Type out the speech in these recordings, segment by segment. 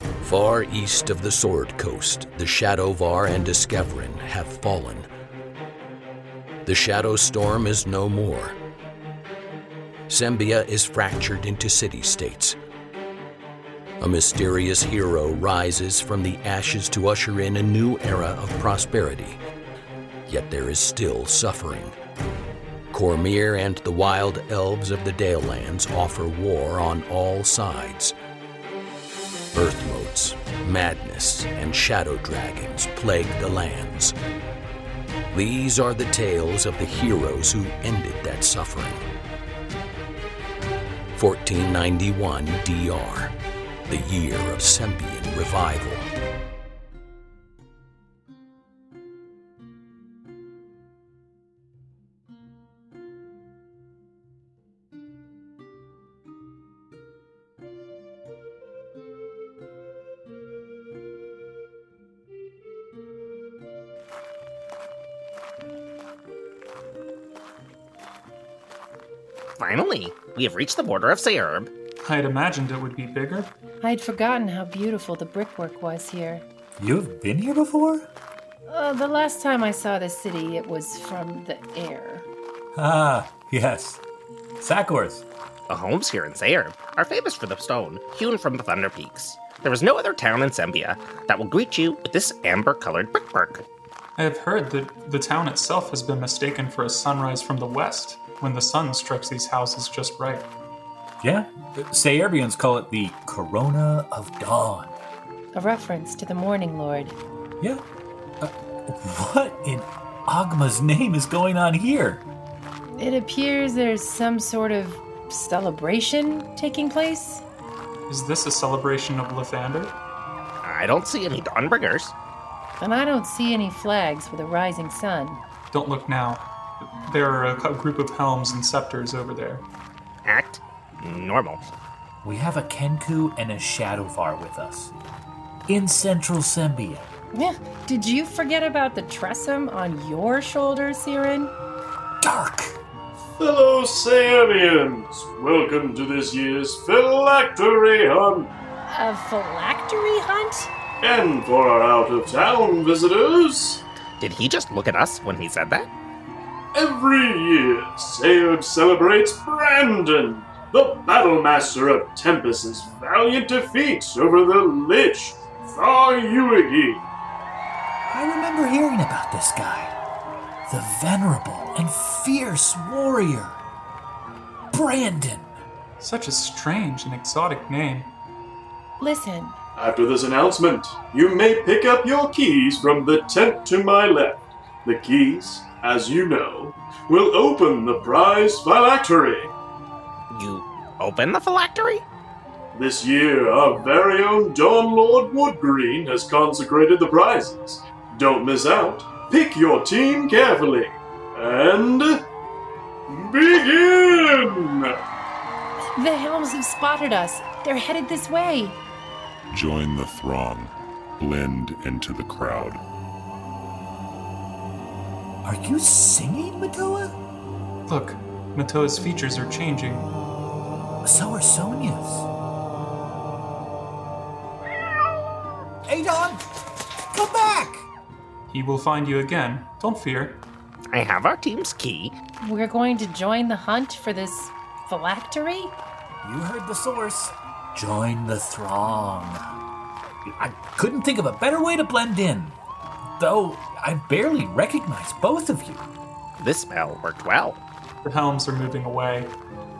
Far east of the Sword Coast, the Shadowvar and Discoverin have fallen. The Shadow Storm is no more. Sembia is fractured into city states. A mysterious hero rises from the ashes to usher in a new era of prosperity. Yet there is still suffering. Cormir and the wild elves of the Dale Lands offer war on all sides. Earth motes, madness, and shadow dragons plague the lands. These are the tales of the heroes who ended that suffering. 1491 DR, the year of Sembian revival. Finally, we have reached the border of Sayerb. I'd imagined it would be bigger. I'd forgotten how beautiful the brickwork was here. You've been here before? Uh, the last time I saw the city, it was from the air. Ah, yes. Sakors. The homes here in Sayerb are famous for the stone hewn from the Thunder Peaks. There is no other town in Sembia that will greet you with this amber colored brickwork. I have heard that the town itself has been mistaken for a sunrise from the west when the sun strikes these houses just right. Yeah. Sayerbians call it the Corona of Dawn. A reference to the Morning Lord. Yeah. Uh, what in Agma's name is going on here? It appears there's some sort of celebration taking place. Is this a celebration of Lathander? I don't see any Dawnbringers. And I don't see any flags for the rising sun. Don't look now. There are a co- group of helms and scepters over there. Act normal. We have a Kenku and a Shadowvar with us. In central Sembia. Yeah. Did you forget about the tressum on your shoulders, Siren? Dark! Fellow Samians, welcome to this year's phylactery hunt. A phylactery hunt? And for our out of town visitors, Did he just look at us when he said that? every year Sayod celebrates Brandon, the battlemaster of Tempest's valiant defeats over the Lich, Thar Uigi. I remember hearing about this guy. The venerable and fierce warrior, Brandon. Such a strange and exotic name. Listen, After this announcement, you may pick up your keys from the tent to my left. The keys, as you know, will open the prize phylactery. You open the phylactery? This year, our very own Dawn Lord Woodgreen has consecrated the prizes. Don't miss out. Pick your team carefully. And. Begin! the helms have spotted us. They're headed this way. Join the throng. Blend into the crowd. Are you singing, Matoa? Look, Matoa's features are changing. So are Sonia's. Adon! Come back! He will find you again. Don't fear. I have our team's key. We're going to join the hunt for this phylactery? You heard the source. Join the throng. I couldn't think of a better way to blend in. Though I barely recognize both of you. This spell worked well. The helms are moving away.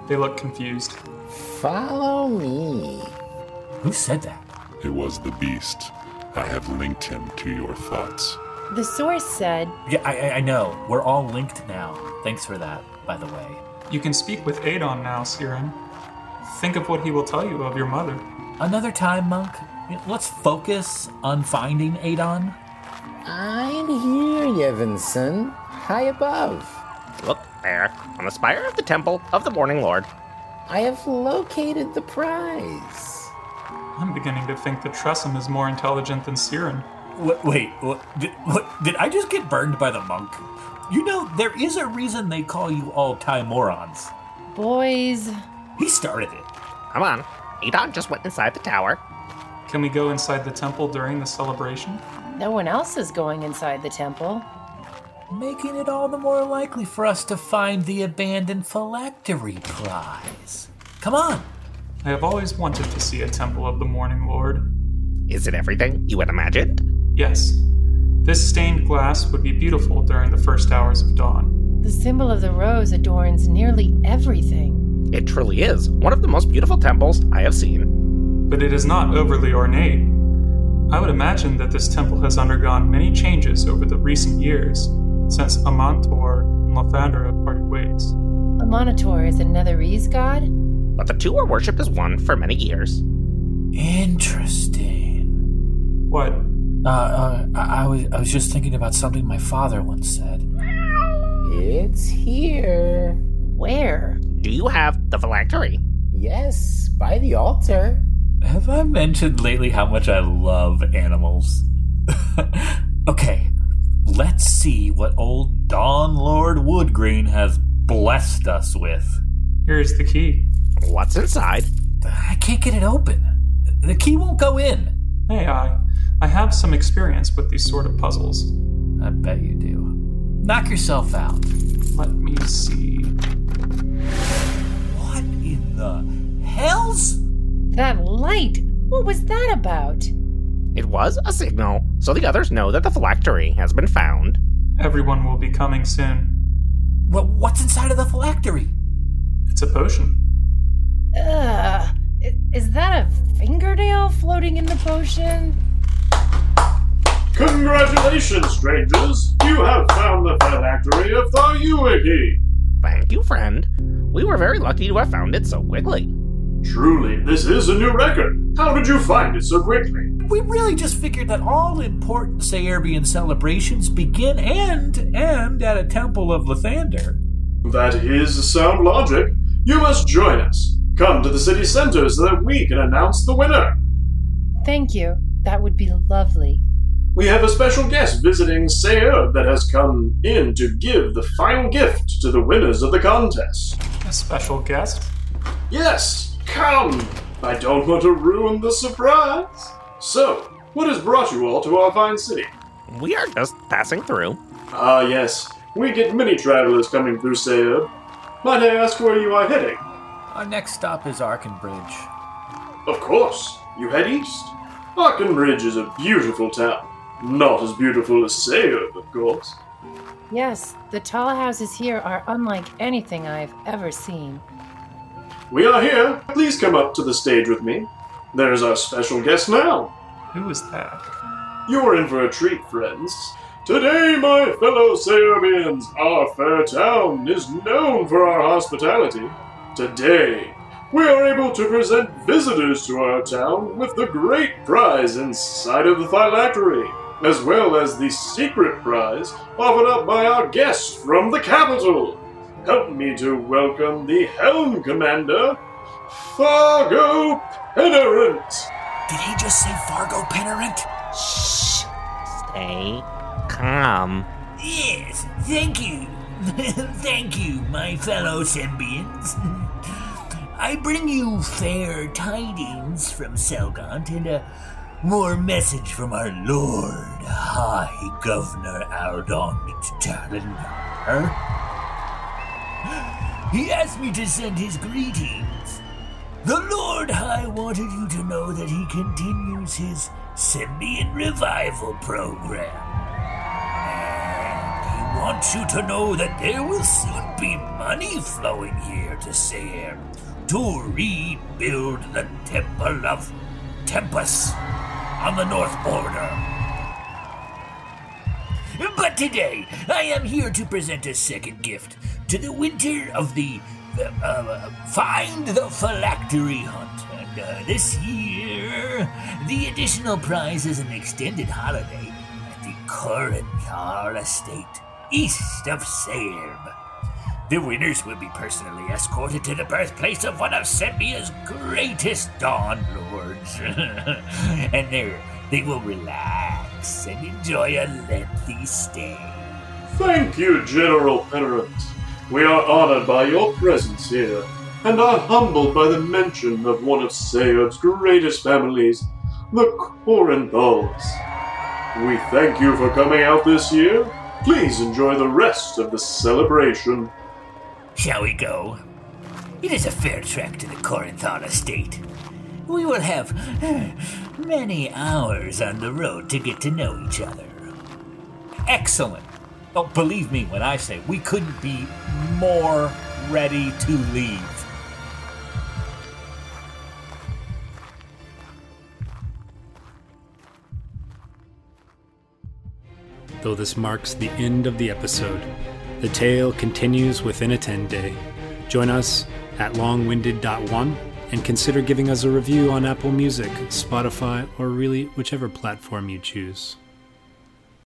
They look confused. Follow me. Who said that? It was the beast. I have linked him to your thoughts. The source said, Yeah, I, I- I know. We're all linked now. Thanks for that, by the way. You can speak with Adon now, Siren. Think of what he will tell you of your mother. Another time, Monk. Let's focus on finding Adon. I'm here, Yevinson. High above. Look there, on the spire of the Temple of the Morning Lord. I have located the prize. I'm beginning to think that Tressum is more intelligent than Siren. Wait, wait what, did, what, did I just get burned by the monk? You know, there is a reason they call you all Timorons. Boys, He started it. Come on. Adon just went inside the tower. Can we go inside the temple during the celebration? No one else is going inside the temple. making it all the more likely for us to find the abandoned phylactery prize. Come on! I have always wanted to see a temple of the Morning Lord. Is it everything you had imagined? Yes. This stained glass would be beautiful during the first hours of dawn. The symbol of the rose adorns nearly everything. It truly is one of the most beautiful temples I have seen. But it is not overly ornate. I would imagine that this temple has undergone many changes over the recent years, since Amantor and Lafandra parted ways. A monitor is another Netherese god? But the two were worshipped as one for many years. Interesting. What? Uh, uh, I, I, was, I was just thinking about something my father once said. It's here. Where? Do you have the phylactery? Yes, by the altar. Have I mentioned lately how much I love animals? okay, let's see what old Dawn Lord Woodgreen has blessed us with. Here is the key. What's inside? I can't get it open. The key won't go in. Hey, I, I have some experience with these sort of puzzles. I bet you do. Knock yourself out. Let me see. What in the hells? That light! What was that about? It was a signal, so the others know that the phylactery has been found. Everyone will be coming soon. What, what's inside of the phylactery? It's a potion. Ugh. I- Is that a fingernail floating in the potion? Congratulations, strangers! You have found the phylactery of the Yuigi! Thank you, friend. We were very lucky to have found it so quickly. Truly, this is a new record! How did you find it so quickly? We really just figured that all important Saerbian celebrations begin and end at a temple of Lathander. That is sound logic. You must join us. Come to the city center so that we can announce the winner. Thank you. That would be lovely. We have a special guest visiting Sayer that has come in to give the final gift to the winners of the contest. A special guest? Yes, come! I don't want to ruin the surprise. So, what has brought you all to our fine city? We are just passing through. Ah, yes, we get many travelers coming through Sayer. Might I ask where you are heading? Our next stop is Arkenbridge. Of course, you head east. Arkenbridge is a beautiful town. Not as beautiful as Sayer, of course. Yes, the tall houses here are unlike anything I've ever seen. We are here. Please come up to the stage with me. There is our special guest now. Who is that? You're in for a treat, friends. Today, my fellow Serbians, our fair town is known for our hospitality. Today, we are able to present visitors to our town with the great prize inside of the phylactery, as well as the secret prize offered up by our guest from the capital. Help me to welcome the Helm Commander, Fargo Pennerant. Did he just say Fargo Pennerant? Stay calm. Yes, thank you. thank you, my fellow symbionts. I bring you fair tidings from Selgant and a more message from our Lord High Governor Aldon Tarlander. He asked me to send his greetings. The Lord High wanted you to know that he continues his Symbiont Revival program. He wants you to know that there will soon be money flowing here to Sayre to rebuild the Temple of Tempest on the north border. But today, I am here to present a second gift to the winter of the uh, uh, Find the Phylactery Hunt. And uh, this year, the additional prize is an extended holiday at the current Yar estate, east of Sairb. The winners will be personally escorted to the birthplace of one of Sembia's greatest Dawn Lords. and there, they will relax and enjoy a lengthy stay. Thank you, General Pennerant. We are honored by your presence here, and are humbled by the mention of one of Sayob's greatest families. the Corinthals. We thank you for coming out this year. Please enjoy the rest of the celebration. Shall we go? It is a fair trek to the Corinthon estate. We will have eh, many hours on the road to get to know each other. Excellent. Oh, believe me when I say we couldn't be more ready to leave. Though this marks the end of the episode, the tale continues within a 10 day. Join us at longwinded.one and consider giving us a review on Apple Music, Spotify, or really whichever platform you choose.